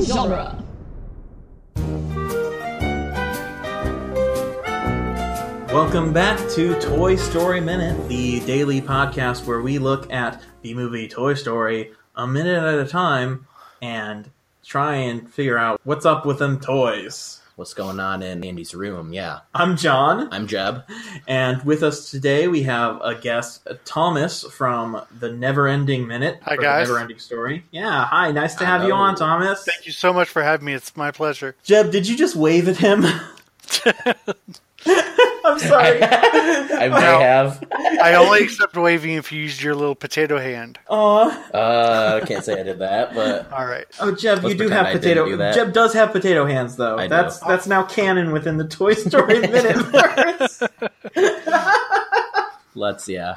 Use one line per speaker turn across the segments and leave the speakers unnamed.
genre.
Welcome back to Toy Story Minute, the daily podcast where we look at the movie Toy Story a minute at a time and try and figure out what's up with them toys.
What's going on in Andy's room? Yeah.
I'm John,
I'm Jeb.
and with us today we have a guest, Thomas from the Never Ending Minute.
Hi,
or the
guys.
Never Ending Story. Yeah, hi. Nice to have you
Hello.
on, Thomas.
Thank you so much for having me. It's my pleasure.
Jeb, did you just wave at him? I'm sorry.
I may
Wow.
have.
I only accept waving if you used your little potato hand.
Aw.
Uh, can't say I did that, but
All right.
Oh, Jeb,
Let's
you do
pretend
have
I didn't
potato.
do that.
Jeb does have potato hands, though.
I do.
that's that's now canon within the Toy Story minute. verse.
let's, yeah.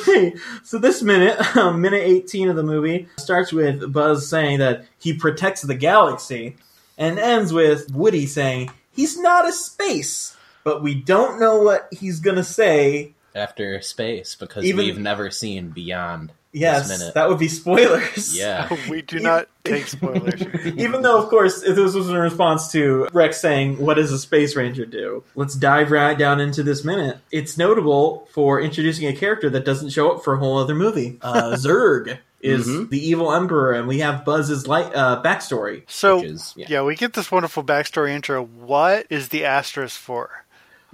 okay, so this minute, um, minute eighteen of the movie, starts with Buzz saying that he protects the galaxy, and ends with Woody saying he's not a space, but we don't know what he's gonna say.
After space, because
Even-
we've never seen beyond.
Yes,
minute.
that would be spoilers.
Yeah.
We do not take spoilers.
Even though, of course, if this was in response to Rex saying, What does a Space Ranger do? Let's dive right down into this minute. It's notable for introducing a character that doesn't show up for a whole other movie. Uh, Zurg is
Mhm.
the evil emperor, and we have Buzz's light, uh, backstory.
So,
Which is- yeah.
yeah. we get this wonderful backstory intro. What is the asterisk for?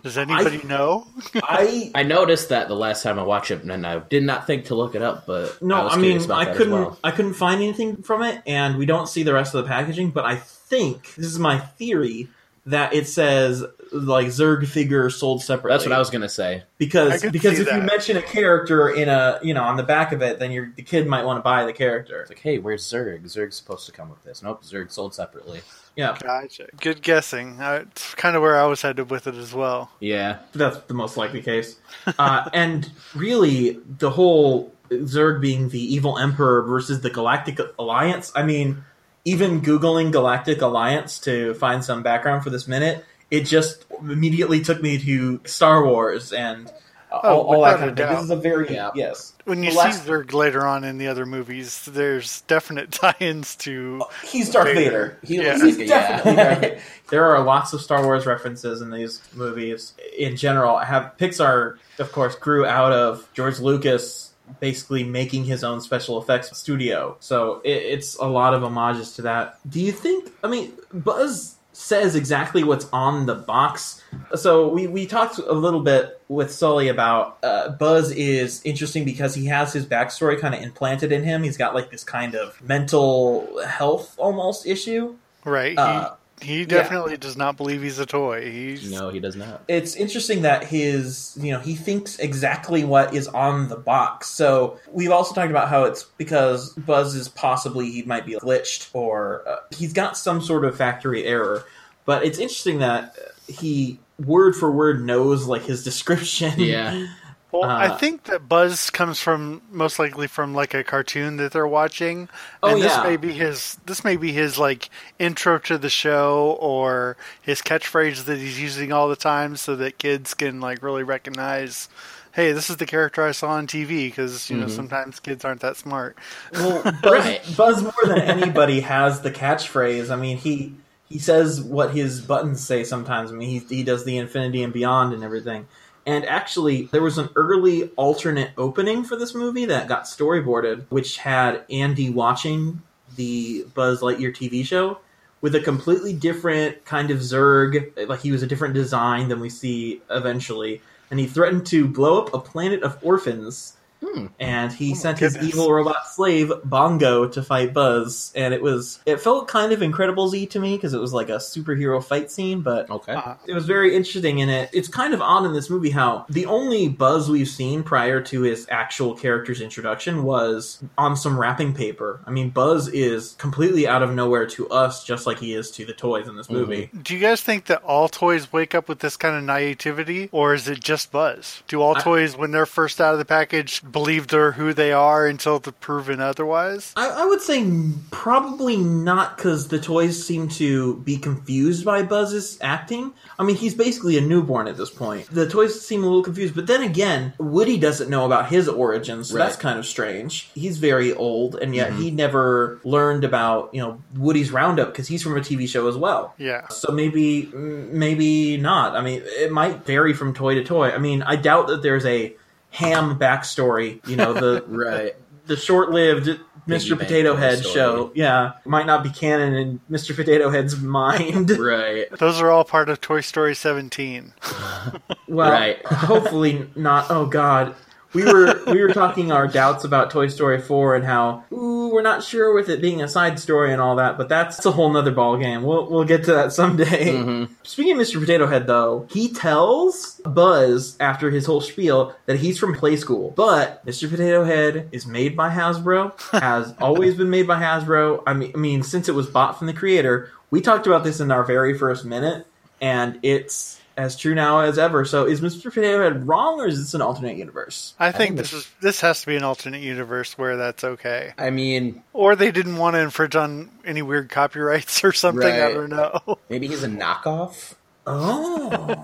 Does anybody know?
I.
I noticed that the last time I watched it, and I did not think to look it up, but I
No,
was
I,
curious
mean,
about
I
that as
couldn't.
well.
I couldn't find anything from it, and we don't see the rest of the packaging. But I think this is my theory that it says like Zurg figure sold separately.
That's what I was gonna say.
I
because
could
because
see
if you
that.
mention a character in a you know on the back of it, then your the kid might want to buy the character.
It's like, hey, where's Zurg? Zurg's supposed to come with this. Nope, Zurg sold separately.
Yeah,
Gotcha. Good guessing. Uh, It's kind of where I was headed with it as well.
Yeah,
that's the most likely case. Uh, and really, the whole Zerg being the evil emperor versus the Galactic Alliance. I mean, even googling Galactic Alliance to find some background for this minute, it just immediately took me to Star Wars and. uh,
Oh,
all, all that
without
kind
a
of thing. This
doubt.
is a very
Yeah.
yes.
When you
The last-
see Zurg later on in the other movies, there's definite tie-ins to.
He's Darth
Vader.
Vader.
he
Yeah.
looks
He's
like a-
definitely
yeah.
right. There are lots of Star Wars references in these movies. In general, I have Pixar, of course, grew out of George Lucas basically making his own special effects studio. So it, it's a lot of homages to that. Do you think? I mean, Buzz says exactly what's on the box. So we we talked a little bit with Sully about uh, Buzz is interesting because he has his backstory kind of implanted in him. He's got like this kind of mental health almost issue.
Right.
Uh,
he, he definitely does not believe he's a toy. He's
no, he does not.
it's interesting that his you know he thinks exactly what is on the box so we've also talked about how it's because buzz is possibly he might be glitched or uh, he's got some sort of factory error but it's interesting that uh, he word for word knows like his description
Yeah.
Well,
Uh,
I think that buzz comes from most likely from like a cartoon that they're watching.
Oh,
and this
yeah.
may be his this may be his like intro to the show or his catchphrase that he's using all the time so that kids can like really recognize Hey, this is the character I saw on TV because you know
Mm-hmm.
sometimes kids aren't that smart.
well buzz,
Right.
buzz more than anybody has the catchphrase i mean he he says what his buttons say sometimes i mean he, he does the infinity and beyond and everything and actually there was an early alternate opening for this movie that got storyboarded which had andy watching the buzz lightyear tv show with a completely different kind of zerg like he was a different design than we see eventually and he threatened to blow up a planet of orphans and he
Oh my
sent his
goodness.
evil robot slave Bongo to fight Buzz, and it was it felt kind of Incredible Z to me because it was like a superhero fight scene, but
Okay.
Uh,
it was very interesting in it. It's kind of odd in this movie how the only Buzz we've seen prior to his actual character's introduction was on some wrapping paper. I mean, Buzz is completely out of nowhere to us, just like he is to the toys in this movie.
Do you guys think that all toys wake up with this kind of naivety, or is it just Buzz? Do all
I-
toys, when they're first out of the package, believe they're who they are until they're proven otherwise.
I, I would say n- probably not because the toys seem to be confused by Buzz's acting. I mean, he's basically a newborn at this point. The toys seem a little confused, but then again, Woody doesn't know about his origins, so
Right. Mm-hmm.
that's kind of strange. He's very old, and yet he never learned about you know Woody's Roundup because he's from a TV show as well.
Yeah.
So maybe, m- maybe not. I mean, it might vary from toy to toy. I mean, I doubt that there's a ham backstory. You know, the
Right.
the short-lived
Piggy
Mr.
bank
Potato
kind of
Head
story.
show. Yeah, might not be canon in Mr. Potato Head's mind.
Right.
Those are all part of Toy Story 17.
well,
Right.
hopefully not. Oh God. We were we were talking our doubts about Toy Story 4 and how ooh we're not sure with it being a side story and all that, but that's a whole nother ball game. We'll we'll get to that someday. Speaking of Mr. Potato Head, though, he tells Buzz after his whole spiel that he's from Play School. But Mr. Potato Head is made by Hasbro, has always been made by Hasbro. I mean, I mean, since it was bought from the creator, we talked about this in our very first minute, and it's as true now as ever. So, is Mr. Potato Head wrong, or is this an alternate universe?
I think
think
this
that's-
is this has to be an alternate universe where that's okay.
I mean,
Or they didn't want to infringe on any weird copyrights or something. I
Right.
don't know.
maybe he's a knockoff.
Oh.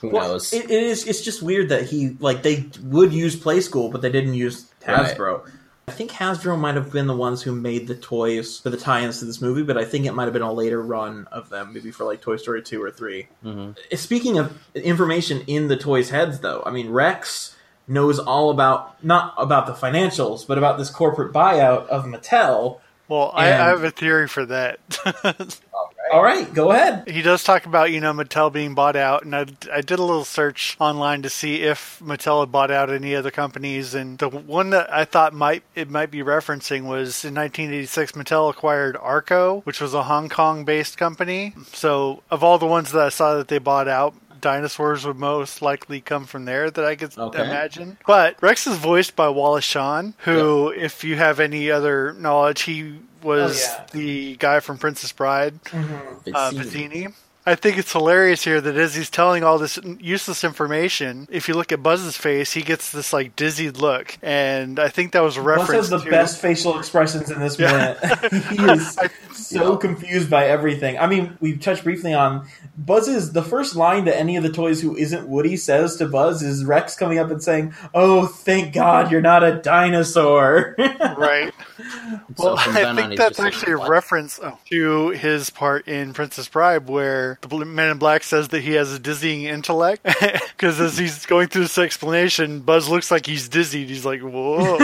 Who
Well,
knows?
It, it is. It's just weird that he like they would use Play School, but they didn't use
Right.
Hasbro. I think Hasbro might have been the ones who made the toys for the tie-ins to this movie, but I think it might have been a later run of them, maybe for like Toy Story two or 3 Uh, Speaking of information in the toys' heads, though, I mean Rex knows all about not about the financials, but about this corporate buyout of Mattel.
Well, I, I
And-
have a theory for that.
All right, go ahead.
he does talk about you know Mattel being bought out, and I, I did a little search online to see if Mattel had bought out any other companies, and the one that I thought might it might be referencing was in 1986 Mattel acquired Arco, which was a Hong Kong based company. So of all the ones that I saw that they bought out. Dinosaurs would most likely come from there that I could
Okay.
imagine. But Rex is voiced by Wallace Shawn, who, if you have any other knowledge, he was
yeah.
the guy from Princess Bride uh,
Vizzini.
Pizzini. I think it's hilarious here that as he's telling all this useless information, if you look at Buzz's face, he gets this like dizzied look, and I think that was a
Buzz
reference
has the
to
best facial expressions in this
Yeah.
minute. he is so confused by everything. I mean, we touched briefly on Buzz's. The first line that any of the toys who isn't Woody says to Buzz is Rex coming up and saying, "Oh, thank God, you're not a dinosaur."
right.
So
Well,
from
I
then on,
think
he's
that's
just like,
actually
"What?"
a reference oh, to his part in Princess Bride, where the bl- Man in Black says that he has a dizzying intellect. Because as he's going through this explanation, Buzz looks like he's dizzied. He's like, "Whoa!"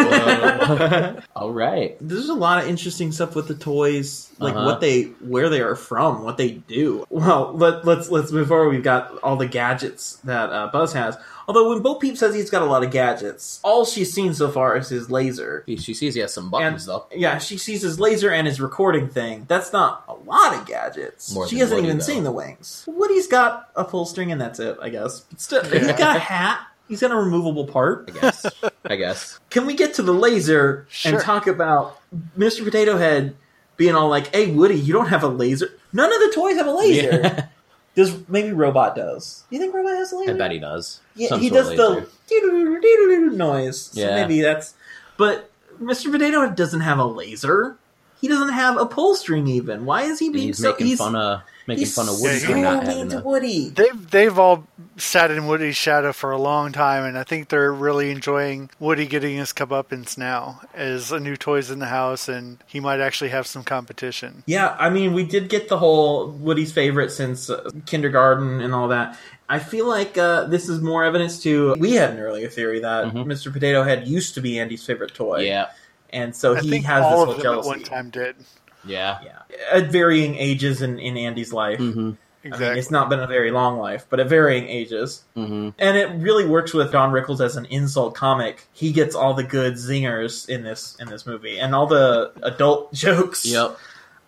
All right.
There's a lot of interesting stuff with the toys, like
Uh-huh.
what they, where they are from, what they do. Well, let, let's let's move forward. We've got all the gadgets that uh, Buzz has. Although when Bo Peep says he's got a lot of gadgets, all she's seen so far is his laser.
She she sees he has some
And
buttons though.
yeah, she sees his laser and his recording thing. That's not a lot of gadgets.
More
she
than
hasn't
Woody,
even
though.
seen the wings. Woody's got a pull string and that's it, I guess. But still, he's got a hat. He's got a removable part.
I guess. I guess.
Can we get to the laser
Sure.
and talk about Mr. Potato Head being all like, "Hey, Woody, you don't have a laser. None of the toys have a laser."
Yeah.
Does maybe Robot does? You think Robot has a laser?
I bet he does.
Yeah,
Some
he
sort
does
of
the
laser.
doo-doo-doo, doo-doo-doo noise. So
Yeah.
maybe that's. But Mr. Potato Head doesn't have a laser. He doesn't have a pull string even. Why is he
And
being
he's
so?
making
he's,
fun of making
he's
fun of Woody
so
for not
mean
having
to
a
Woody.
They've they've all sat in Woody's shadow for a long time, and I think they're really enjoying Woody getting his comeuppance now as a new toys in the house, and he might actually have some competition.
Yeah, I mean, we did get the whole Woody's favorite since uh, kindergarten and all that. I feel like uh, this is more evidence to we had an earlier theory that
Mhm.
Mr. Potato Head used to be Andy's favorite toy.
Yeah.
and so
I
he
think
has this
all
whole
of them
jealousy.
at one time did
Yeah.
Yeah, at varying ages in, in Andy's life.
Mm-hmm.
exactly.
I
Mm.
mean, it's not been a very long life, but at varying ages.
Mm-hmm.
And it really works with Don Rickles as an insult comic. He gets all the good zingers in this in this movie and all the adult jokes.
Yep.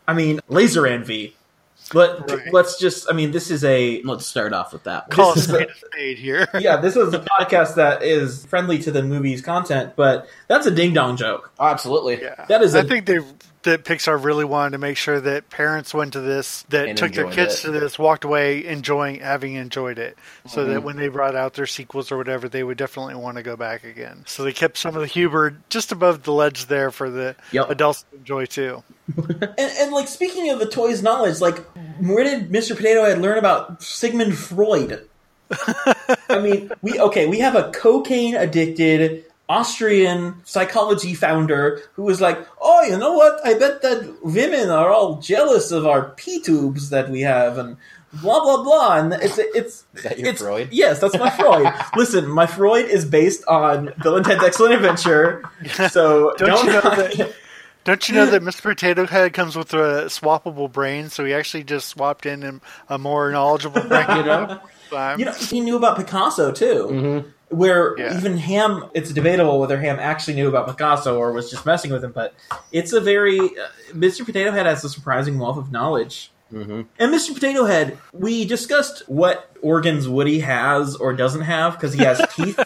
I mean, laser envy. But
Right.
let's just I mean, this is a
Let's start off with that. One.
Call a
This is
spade a spade here.
yeah, this is a podcast that is friendly to the movie's content, but that's a ding dong joke.
Absolutely.
Yeah,
That is
I
a-
think they that Pixar really wanted to make sure that parents went to this, that
And
took their
enjoyed
kids
it.
to this, walked away enjoying having enjoyed it, so
Mm-hmm.
that when they brought out their sequels or whatever, they would definitely want to go back again. So they kept some of the Huber just above the ledge there for the
Yep.
adults to enjoy too.
And, and like speaking of the toys knowledge, like where did Mr. Potato Head learn about Sigmund Freud? I mean, we okay, we have a cocaine addicted Austrian psychology founder who was like, "Oh, you know what? I bet that women are all jealous of our pee tubes that we have and blah blah blah." And it's it's
Is that your
it's-
Freud?
Yes, that's my Freud. Listen, my Freud is based on Bill and Ted's Excellent Adventure. So
Don't
don't,
you know
knock
that-
it.
Don't you know that Mr. Potato Head comes with a swappable brain? So he actually just swapped in an- a more knowledgeable brain.
You know?
Um,
You know, he knew about Picasso too. Where
Yeah.
even Ham, it's debatable whether Ham actually knew about Picasso or was just messing with him. But it's a very uh, Mr. Potato Head has a surprising wealth of knowledge.
Mhm.
And Mr. Potato Head, we discussed what organs Woody has or doesn't have because he has teeth.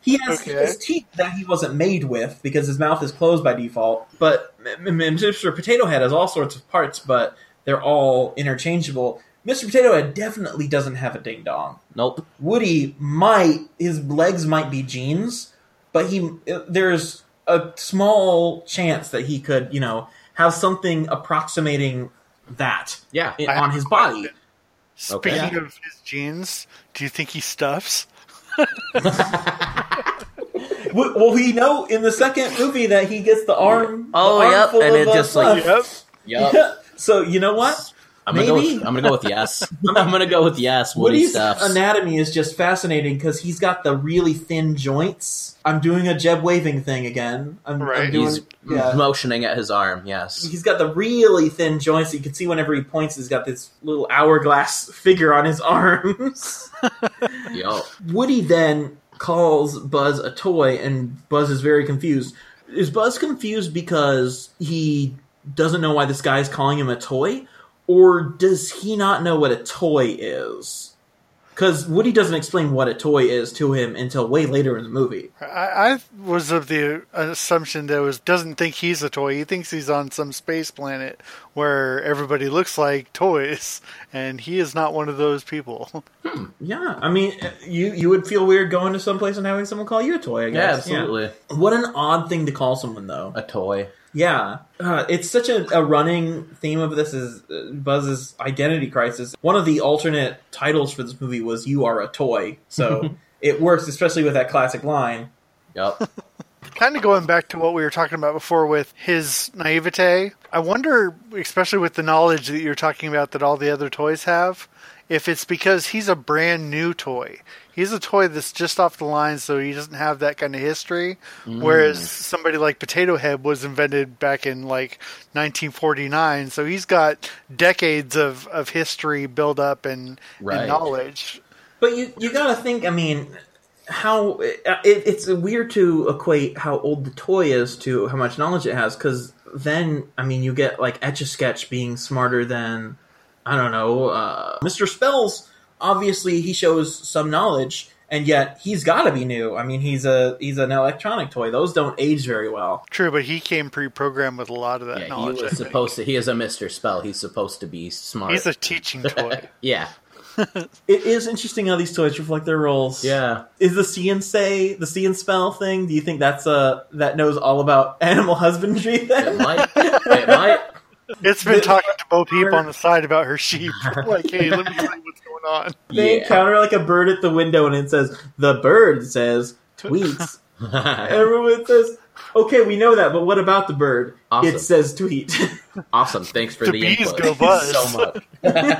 He has, he has teeth that he wasn't made with because his mouth is closed by default. But M- M- Mr. Potato Head has all sorts of parts, but they're all interchangeable. Mr. Potato Head definitely doesn't have a ding dong.
Nope.
Woody might his legs might be jeans, but he there's a small chance that he could you know have something approximating that
Yeah.
i-
I
on
have
his
a
body.
Speaking
Okay.
of his genes, do you think he stuffs?
W- Well, we know in the second movie that he gets the arm.
Oh,
the arm
yep,
full
and
of,
it
uh,
just, like,
stuff.
Yep.
Yup.
So you know what?
I'm gonna, go with,
Maybe.
I'm gonna go with yes. I'm gonna go with yes. Woody
Woody's
stuffs.
anatomy is just fascinating because he's got the really thin joints. I'm doing a Jeb waving thing again. I'm, I'm
Right.
doing,
He's
yeah.
motioning at his arm. Yes.
he's got the really thin joints that you can see whenever he points he's got this little hourglass figure on his arms
Yup.
woody then calls buzz a toy and buzz is very confused is buzz confused because he doesn't know why this guy is calling him a toy or does he not know what a toy is because woody doesn't explain what a toy is to him until way later in the movie
I, I was of the assumption that it was doesn't think he's a toy. He thinks he's on some space planet where everybody looks like toys, and he is not one of those people.
yeah i mean you you would feel weird going to someplace and having someone call you a toy i guess
Yeah, absolutely.
What an odd thing to call someone, though.
A toy.
Yeah, uh, it's such a, a running theme of this is uh, Buzz's identity crisis. One of the alternate titles for this movie was "You Are a Toy," so it works, especially with that classic line.
Yup.
kind of going back to what we were talking about before with his naivete, I wonder, especially with the knowledge that you're talking about that all the other toys have, if it's because he's a brand new toy. He's a toy that's just off the line, so he doesn't have that kind of history.
Mm.
Whereas somebody like Potato Head was invented back in like 1949, so he's got decades of, of history built up and,
Right.
and knowledge.
But you you gotta think. I mean, how it, it's weird to equate how old the toy is to how much knowledge it has, because then I mean you get like Etch a Sketch being smarter than I don't know uh, Mr. Spells. Obviously, he shows some knowledge, and yet he's got to be new. I mean, he's a he's an electronic toy; those don't age very well.
True, but he came pre-programmed with a lot of that
Yeah, he
knowledge. I
was
think.
supposed to. He is a Mister Spell. He's supposed to be smart.
He's a teaching toy.
yeah.
It is interesting how these toys reflect their roles.
Yeah.
Is the see and say the see and spell thing? Do you think that's a that knows all about animal husbandry? Then
It might. It might.
It's been talking to Bo Peep on the side about her sheep. like, hey, let me tell you what's going on.
they
Yeah.
encounter like a bird at the window, and it says the bird says tweets. Everyone says, "Okay, we know that, but what about the bird?
Awesome.
It says tweet."
awesome. Thanks for
The
the,
bees
input.
go buzz.
so much.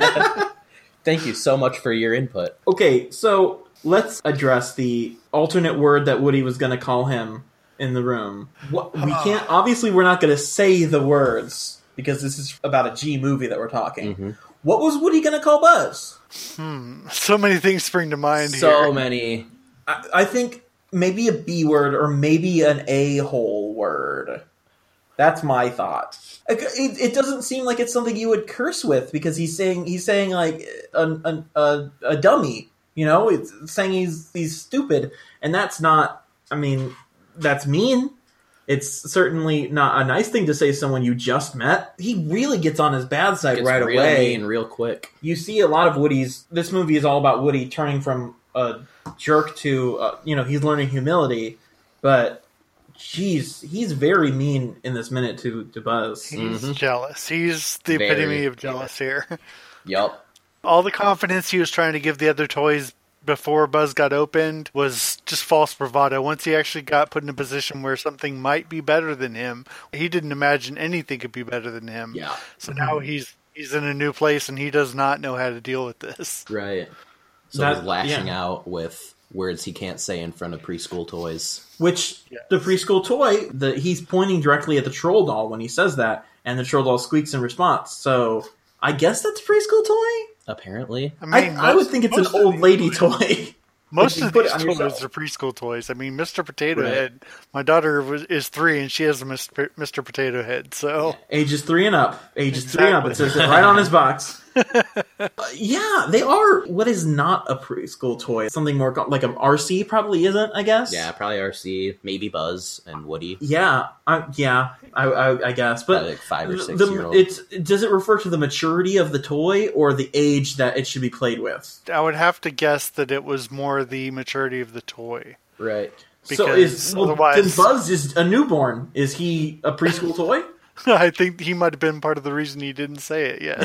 Thank you so much for your input.
okay, so let's address the alternate word that Woody was going to call him in the room. What, we
uh.
can't. Obviously, we're not going to say the words because this is about a G movie that we're
Mm-hmm.
talking. What was Woody going to call Buzz?
So many things spring to mind
So
here.
many.
I, I think maybe a B word or maybe an a hole word. That's my thought. It, it- it doesn't seem like it's something you would curse with because he's saying he's saying like a a, a, a dummy. You know, it's saying he's he's stupid, and that's not. I mean, that's mean. It's certainly not a nice thing to say to someone you just met. He really gets on his bad side
Gets
right
real
away.
mean real quick.
You see a lot of Woody's. This movie is all about Woody turning from a jerk to, uh, you know, he's learning humility. But, geez, he's very mean in this minute to, to Buzz.
He's
Mhm.
jealous. He's the
Very
epitome of jealous here.
Yep.
All the confidence he was trying to give the other toys before Buzz got opened was just false bravado. Once he actually got put in a position where something might be better than him, he didn't imagine anything could be better than him.
Yeah.
So now he's he's in a new place and he does not know how to deal with this.
Right. So
That-
he's lashing out with words he can't say in front of preschool toys.
Which the preschool toy, the he's pointing directly at the troll doll when he says that, and the troll doll squeaks in response. So I guess that's a preschool toy.
Apparently.
I,
I mean,
I would
most-
think it's an
most of
old
these
lady
toys-
toy.
Most
you
of
put
these
it on
toys
yourself.
are preschool toys. I mean, Mr. Potato
Right.
Head. My daughter was, is three, and she has a Mr. P- Mr. Potato Head. So
Ages three and up. Ages three and up. It says it right on his box. Uh, yeah, they are. What is not a preschool toy? Something more co- like an RC probably isn't. I guess.
Yeah, probably RC, maybe Buzz and Woody.
Yeah. I, yeah. I, I, I guess. But
Probably like five or six
the,
year old.
it's does it refer to the maturity of the toy or the age that it should be played with?
I would have to guess that it was more the maturity of the toy.
Right.
so
Because
is well,
otherwise-
then Buzz is a newborn. Is he a preschool toy?
I think he might have been part of the reason he didn't say it. Yes.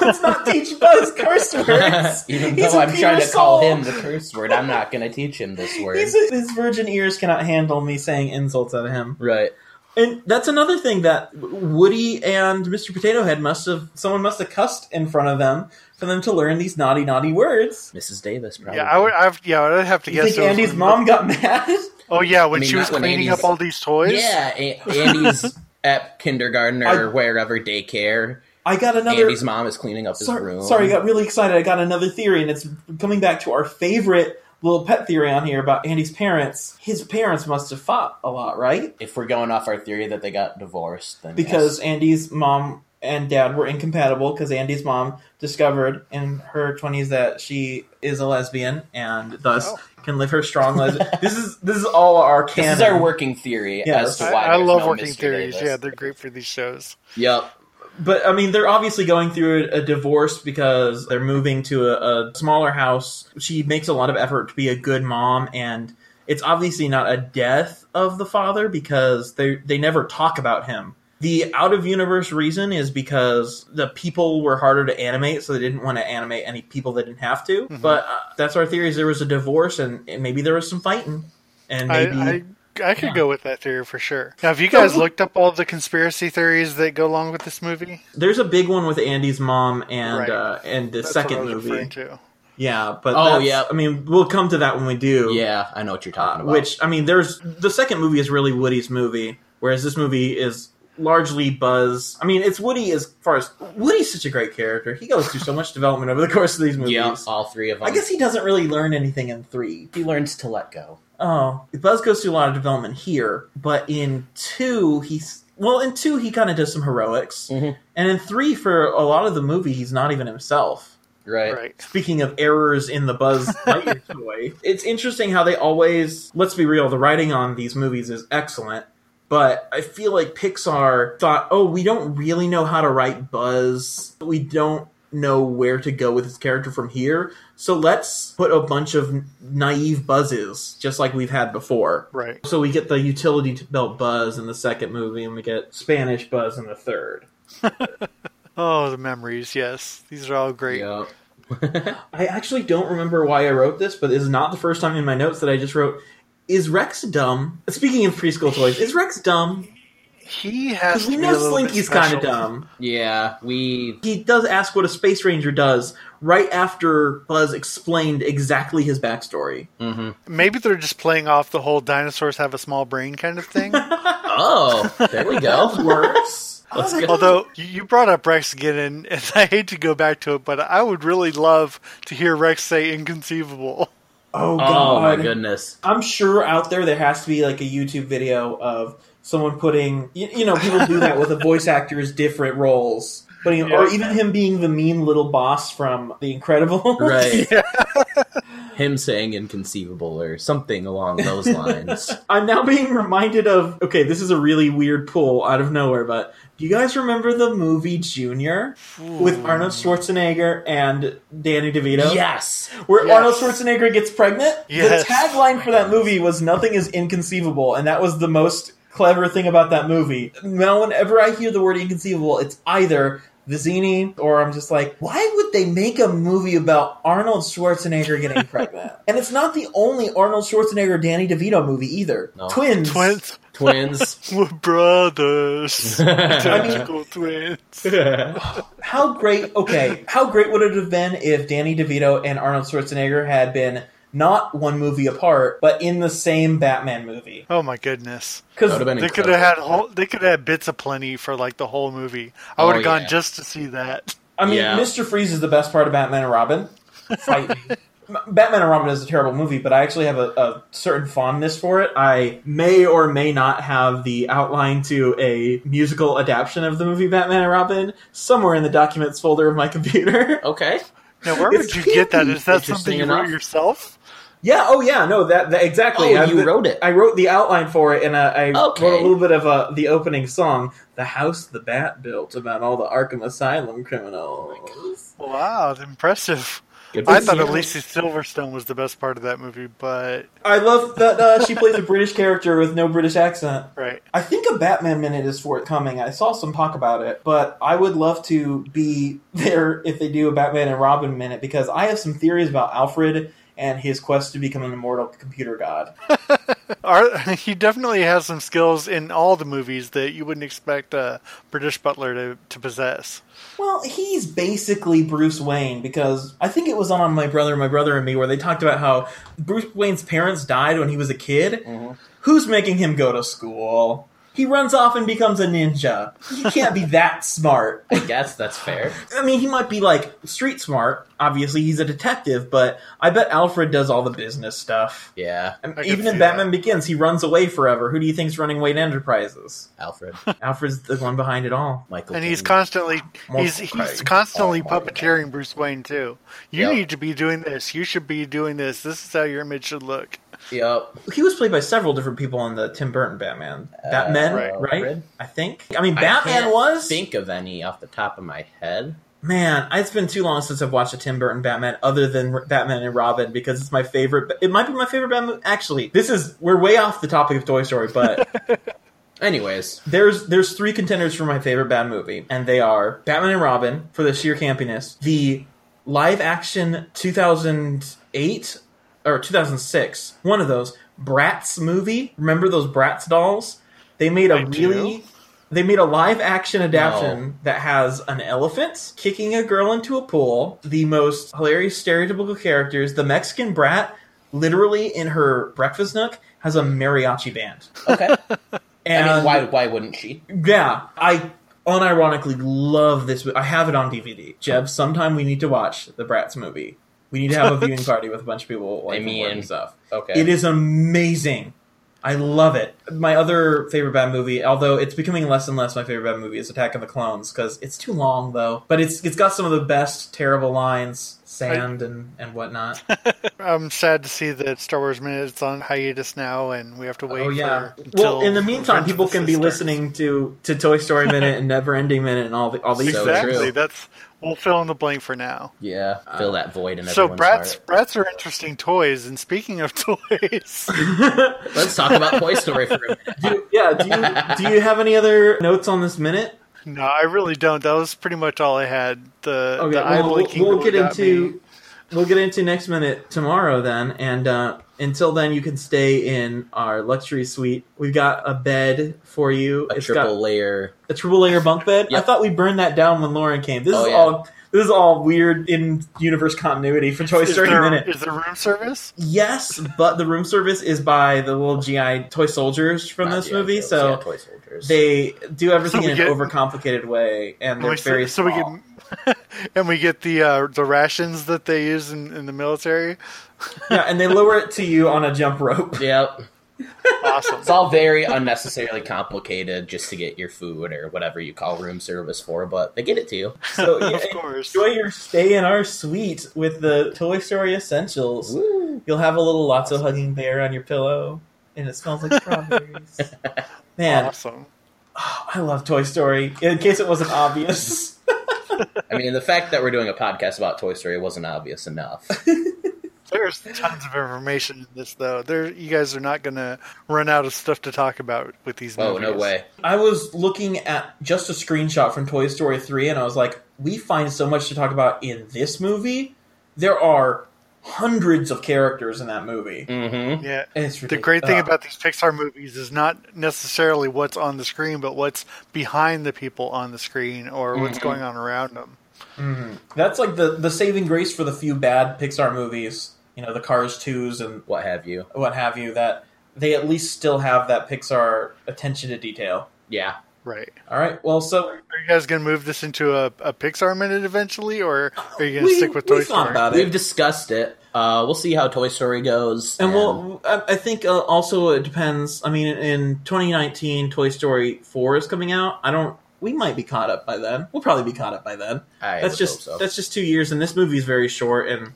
Let's not teach Buzz curse words.
Even
He's
though
a
I'm trying to
pure
call
soul.
him the curse word, I'm not going to teach him this word.
He's a, his virgin ears cannot handle me saying insults at him.
right.
And that's another thing that Woody and Mr. Potato Head must have someone must have cussed in front of them for them to learn these naughty naughty words.
Mrs. Davis, probably.
Yeah, I would. I've, yeah, I'd have to
You
guess.
think
it was
Andy's
when-
mom got mad?
Oh yeah, when
I mean,
she was
not when
cleaning
Andy's-
up all these toys.
Yeah, A- Andy's at kindergarten or
I-
wherever daycare.
I got another
Andy's mom is cleaning up his
Sorry,
room.
sorry, I got really excited. I got another theory, and it's coming back to our favorite little pet theory on here about Andy's parents. His parents must have fought a lot, right?
if we're going off our theory that they got divorced, then
Because
yes.
Andy's mom and dad were incompatible because Andy's mom discovered in her 20s that she is a lesbian and thus
Oh.
can live her strong lesbian. this is this is all our
this
canon.
is our working theory
Yes.
as to
I,
why.
I
there's
love
no
working
Mr.
theories.
Davis.
Yeah, they're great for these shows.
Yep.
But I mean, they're obviously going through a, a divorce because they're moving to a, a smaller house. She makes a lot of effort to be a good mom, and it's obviously not a death of the father because they they never talk about him. The out of universe reason is because the people were harder to animate, so they didn't want to animate any people that didn't have to.
Mm-hmm.
But uh, that's our theory: is there was a divorce, and, and maybe there was some fighting, and
I,
maybe
I I could
Yeah.
go with that theory for sure. Now, have you
So-
guys looked up all the conspiracy theories that go along with this movie?
there's a big one with Andy's mom and
Right.
uh, and the
That's what I
second
was
movie.
referring to.
Yeah, but
Oh,
oh yeah.
yeah.
I mean, we'll come to that when we do.
Yeah, I know what you're talking
Uh,
about.
which I mean, there's the second movie is really Woody's movie, whereas this movie is largely Buzz. I mean, it's Woody as far as Woody's such a great character. He goes through so much development over the course of these movies.
yeah, all three of them.
I guess he doesn't really learn anything in three.
he learns to let go.
Oh, Buzz goes through a lot of development here, but in two, he's well, in two he kind of does some heroics,
Mhm.
and in three, for a lot of the movie, he's not even himself.
Right.
Right.
Speaking of errors in the Buzz Lightyear toy, it's interesting how they always, let's be real, the writing on these movies is excellent, but I feel like Pixar thought, oh, we don't really know how to write Buzz. We don't know where to go with his character from here, so let's put a bunch of naive buzzes, just like we've had before.
Right.
So we get the utility belt Buzz in the second movie, and we get Spanish Buzz in the third.
Oh, the memories. Yes, these are all great.
Yep.
I actually don't remember why I wrote this, but this is not the first time in my notes that I just wrote, "Is Rex dumb?" Speaking of preschool toys, is Rex dumb?
He
Because
has.
we
to be a
know
little bit
Slinky's kind
special.
of dumb.
Yeah, we
He does ask what a space ranger does right after Buzz explained exactly his backstory.
Maybe they're just playing off the whole dinosaurs have a small brain kind of thing.
Oh, there we go.
Works.
Let's go.
Although you- you brought up Rex again, and, and I hate to go back to it, but I would really love to hear Rex say "inconceivable."
oh
Oh
god!
my goodness.
I'm sure out there there has to be like a YouTube video of someone putting you, you know people do that with a voice actor's different roles, but or
Yeah.
even him being the mean little boss from The Incredible.
Right. him saying inconceivable or something along those lines.
I'm now being reminded of okay, this is a really weird pull out of nowhere, but do you guys remember the movie Junior with Arnold Schwarzenegger and Danny DeVito?
yes.
Where
Yes.
Arnold Schwarzenegger gets pregnant?
Yes. Oh
The tagline for that movie was nothing is inconceivable, and that was the most clever thing about that movie. Now whenever I hear the word inconceivable, it's either Vizzini, or I'm just like, why would they make a movie about Arnold Schwarzenegger getting pregnant? and it's not the only Arnold Schwarzenegger Danny DeVito movie either.
No.
Twins.
Twins
Twins.
were brothers. Identical twins.
How great, okay, how great would it have been if Danny DeVito and Arnold Schwarzenegger had been not one movie apart, but in the same Batman movie?
Oh my goodness!
Because
That would've been
They could have had whole, they could have had bits of plenty for like the whole movie. I
Oh,
would have gone
yeah.
just to see that.
I mean,
Yeah.
Mr. Freeze is the best part of Batman and Robin. Fight me. M- Batman and Robin is a terrible movie, but I actually have a, a certain fondness for it. I may or may not have the outline to a musical adaptation of the movie Batman and Robin somewhere in the documents folder of my computer.
okay.
Now, where
It
would you
can't
get that?
be
Is that
interesting
something you
enough.
wrote yourself?
yeah, oh yeah, no, that, that exactly.
Oh,
I've
you
been-
wrote it.
I wrote the outline for it, and I, I
Okay.
wrote a little bit of uh, the opening song, "The House the Bat Built," about all the Arkham Asylum criminals.
Wow, that's impressive.
Good
I
for
thought
you.
Alicia Silverstone was the best part of that movie, but
I love that uh, she plays a British character with no British accent.
right.
I think a Batman minute is forthcoming. I saw some talk about it, but I would love to be there if they do a Batman and Robin minute because I have some theories about Alfred and his quest to become an immortal computer god.
Ar- he definitely has some skills in all the movies that you wouldn't expect a British butler to, to possess.
Well, he's basically Bruce Wayne because I think it was on My Brother, My Brother and Me where they talked about how Bruce Wayne's parents died when he was a kid. Who's making him go to school? He runs off and becomes a ninja. He can't be that smart.
I guess that's fair.
I mean, he might be like street smart. Obviously, he's a detective, but I bet Alfred does all the business stuff.
Yeah.
And
I can
Even
see
in
that.
Batman Begins, he runs away forever. Who do you think's running Wayne Enterprises?
Alfred.
Alfred's the one behind it all.
Michael.
And he's
Caine.
constantly he's
Multiple
he's
Craig.
constantly
Oh, my
puppeteering Bruce Wayne too. You
Yep.
need to be doing this. You should be doing this. This is how your image should look.
Yep.
He was played by several different people on the Tim Burton Batman. Batman,
right.
right,
Uh, Alfred?
I think. I mean,
I
Batman
can't
was.
Think of any off the top of my head.
Man, it's been too long since I've watched a Tim Burton Batman other than R- Batman and Robin because it's my favorite. It might be my favorite Batman. Actually, this is we're way off the topic of Toy Story, but
Anyways,
There's there's three contenders for my favorite bad movie, and they are Batman and Robin for the sheer campiness, the live action 2008 or 2006, one of those Bratz movie. Remember those Bratz dolls? They made a
I do.
really they made a live action adaptation
No.
that has an elephant kicking a girl into a pool, the most hilarious stereotypical characters, the Mexican brat literally in her breakfast nook has a mariachi band.
okay.
And
I mean,
Um,
why why wouldn't she?
yeah, I unironically love this. mo- I have it on DVD. Jeb, sometime we need to watch the Bratz movie. We need to have a viewing party with a bunch of people. Like,
I mean,
and stuff.
okay.
It is amazing. I love it. My other favorite bad movie, although it's becoming less and less my favorite bad movie, is Attack of the Clones because it's too long though. But it's it's got some of the best terrible lines, sand and and whatnot.
I'm sad to see that Star Wars Minute's on hiatus now, and we have to wait.
Oh yeah.
For,
Well,
until
in the meantime,
Revenge of
people
the
can be
Sith starts.
listening to to Toy Story Minute and Never Ending Minute and all the all these
So
Exactly.
true.
That's we'll fill in the blank for now.
Yeah. Fill that void in
So
everyone's
brats
heart.
brats are interesting toys. And speaking of toys,
Let's talk about Toy Story for a minute.
Do- yeah, do you, do you have any other notes on this minute?
no, I really don't. That was pretty much all I had. The,
Okay,
the eye
we'll,
blinking
we'll
really
get
got
into
me.
we'll get into next minute tomorrow then, and uh, until then, you can stay in our luxury suite. We've got a bed for you.
A
It's
triple
got
layer.
a triple layer bunk bed. I
Yep.
thought we burned that down when Lauren came. This
Oh,
is
yeah.
all this is all weird in universe continuity for Toy
Is
Story
there-
Minute.
is there room service?
yes, but the room service is by the little GI toy soldiers from
Not
this
the
movie,
Angels,
so
yeah, Toy Soldiers.
they do everything
So we
in
get-
an overcomplicated way, and they're
We- so-
very
so
small.
we get and we get the uh, the rations that they use in, in the military.
yeah, and they lower it to you on a jump rope.
Yep.
Awesome.
It's all very unnecessarily complicated just to get your food or whatever you call room service for, but they get it to you.
So yeah,
of course.
enjoy your stay in our suite with the Toy Story essentials. You'll have a little Lotso hugging bear on your pillow, and it smells like strawberries. Man,
Awesome.
I love Toy Story. In case it wasn't obvious,
I mean, the fact that we're doing a podcast about Toy Story wasn't obvious enough.
There's tons of information in this, though. There, you guys are not going to run out of stuff to talk about with these.
Oh, no
movies.
way.
I was looking at just a screenshot from Toy Story 3, and I was like, we find so much to talk about in this movie. There are hundreds of characters in that movie.
Mm-hmm.
Yeah.
And it's uh,
The great thing
ridiculous.
about these Pixar movies is not necessarily what's on the screen, but what's behind the people on the screen or what's
Mhm.
going on around them.
mm-hmm. That's like the the saving grace for the few bad Pixar movies, you know, the Cars twos and
What have you?
what have you. That they at least still have that Pixar attention to detail.
Yeah.
Right.
All right, well, so
Are you guys going to move this into a, a Pixar minute eventually, or are you going
we,
to stick with
we
Toy
thought
Story?
about it,
We've discussed it. Uh, we'll see how Toy Story goes.
and well, I I think uh, also it depends. I mean, in 2019, Toy Story four is coming out. I don't. We might be caught up by then. We'll probably be caught up by then.
I
that's
would
just
hope so.
that's just two years, and this movie is very short, and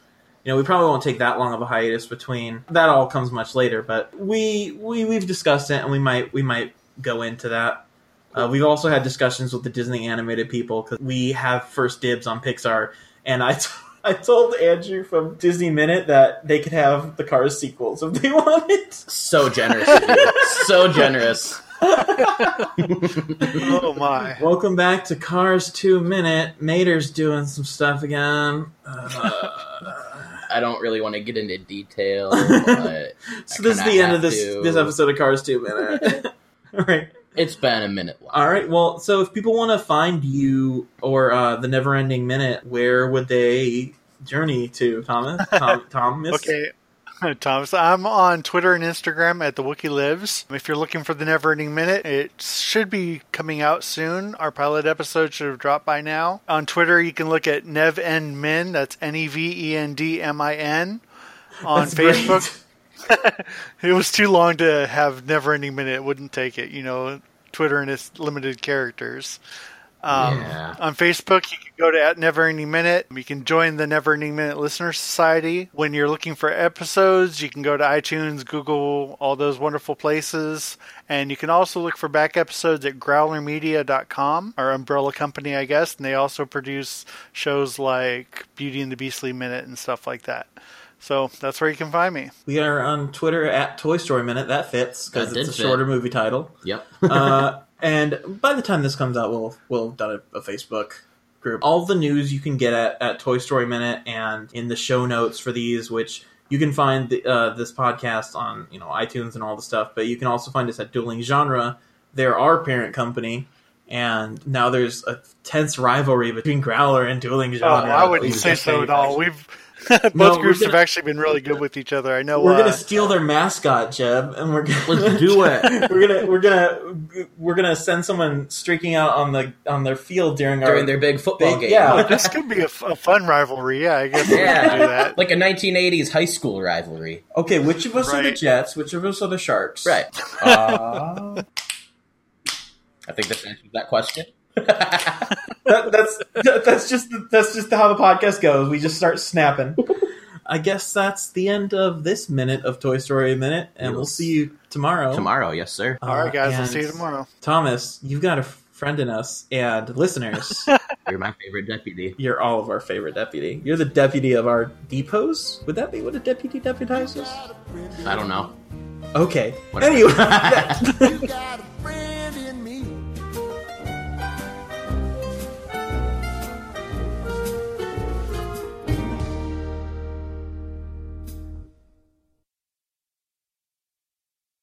you know we probably won't take that long of a hiatus between. That all comes much later, but we we we've discussed it, and we might we might go into that. Uh, we've also had discussions with the Disney animated people because we have first dibs on Pixar, and I. T- I told Andrew from Disney Minute that they could have the Cars sequels if they wanted.
so generous. of you. so generous.
Oh, my.
Welcome back to Cars 2 Minute. Mater's doing some stuff again. Uh,
I don't really want to get into detail, but
So this is
kinda
the end of
have
this
to.
this episode of Cars Two Minute. All right.
it's been a minute. While.
All right. Well, so if people want to find you or uh, the Never Ending Minute, where would they journey to, Thomas? Tom, Thomas?
Okay. Thomas, I'm on Twitter and Instagram at the Wookie Lives. If you're looking for the Never Ending Minute, it should be coming out soon. Our pilot episode should have dropped by now. On Twitter, you can look at Nev End Min. That's N E V E N D M I N. On
That's great.
Facebook, it was too long to have Never Ending Minute. It wouldn't take it, you know. Twitter and its limited characters. Um,
Yeah.
on Facebook, you can go to at Never Ending Minute. You can join the Never Ending Minute Listener Society. When you're looking for episodes, you can go to iTunes, Google, all those wonderful places. And you can also look for back episodes at growlermedia.com, our umbrella company, I guess. And they also produce shows like Beauty and the Beastly Minute and stuff like that. So that's where you can find me.
We are on Twitter at Toy Story Minute. That fits because
That
it's a
did fit.
shorter movie title.
Yep.
uh, and by the time this comes out, we'll we'll have done a, a Facebook group. All the news you can get at, at Toy Story Minute and in the show notes for these, which you can find the, uh, this podcast on you know iTunes and all the stuff. But you can also find us at Dueling Genre. They're our parent company, and now there's a tense rivalry between Growler and Dueling
Oh,
Genre.
I wouldn't
Please
say
just
so at all. We've. Both
No, we're
groups have
gonna-
actually been really good with each other. I know.
We're
uh,
gonna steal their mascot, Jeb, and we're gonna
Let's do it.
we're gonna we're gonna we're gonna send someone streaking out on the on their field during our
During their big football
Big-
game.
yeah.
this could be a, f- a fun rivalry. Yeah, I guess we
Yeah.
can do that.
Like a 1980s high school rivalry.
okay. Which of us are the
Right.
Jets? Which of us are the Sharks?
Right.
Uh,
I think this answers that question.
that, that's that, that's just that's just how the podcast goes. We just start snapping. I guess that's the end of this minute of Toy Story Minute, and we'll
Yes.
see you tomorrow.
Tomorrow, yes, sir.
Uh,
All right, guys. I'll
and
see you tomorrow.
Thomas, you've got a friend in us, and listeners.
You're my favorite deputy.
You're all of our favorite deputy. You're the deputy of our depots? Would that be what a deputy deputizes?
I don't know.
Okay.
Whatever.
Anyway.
You got a friend.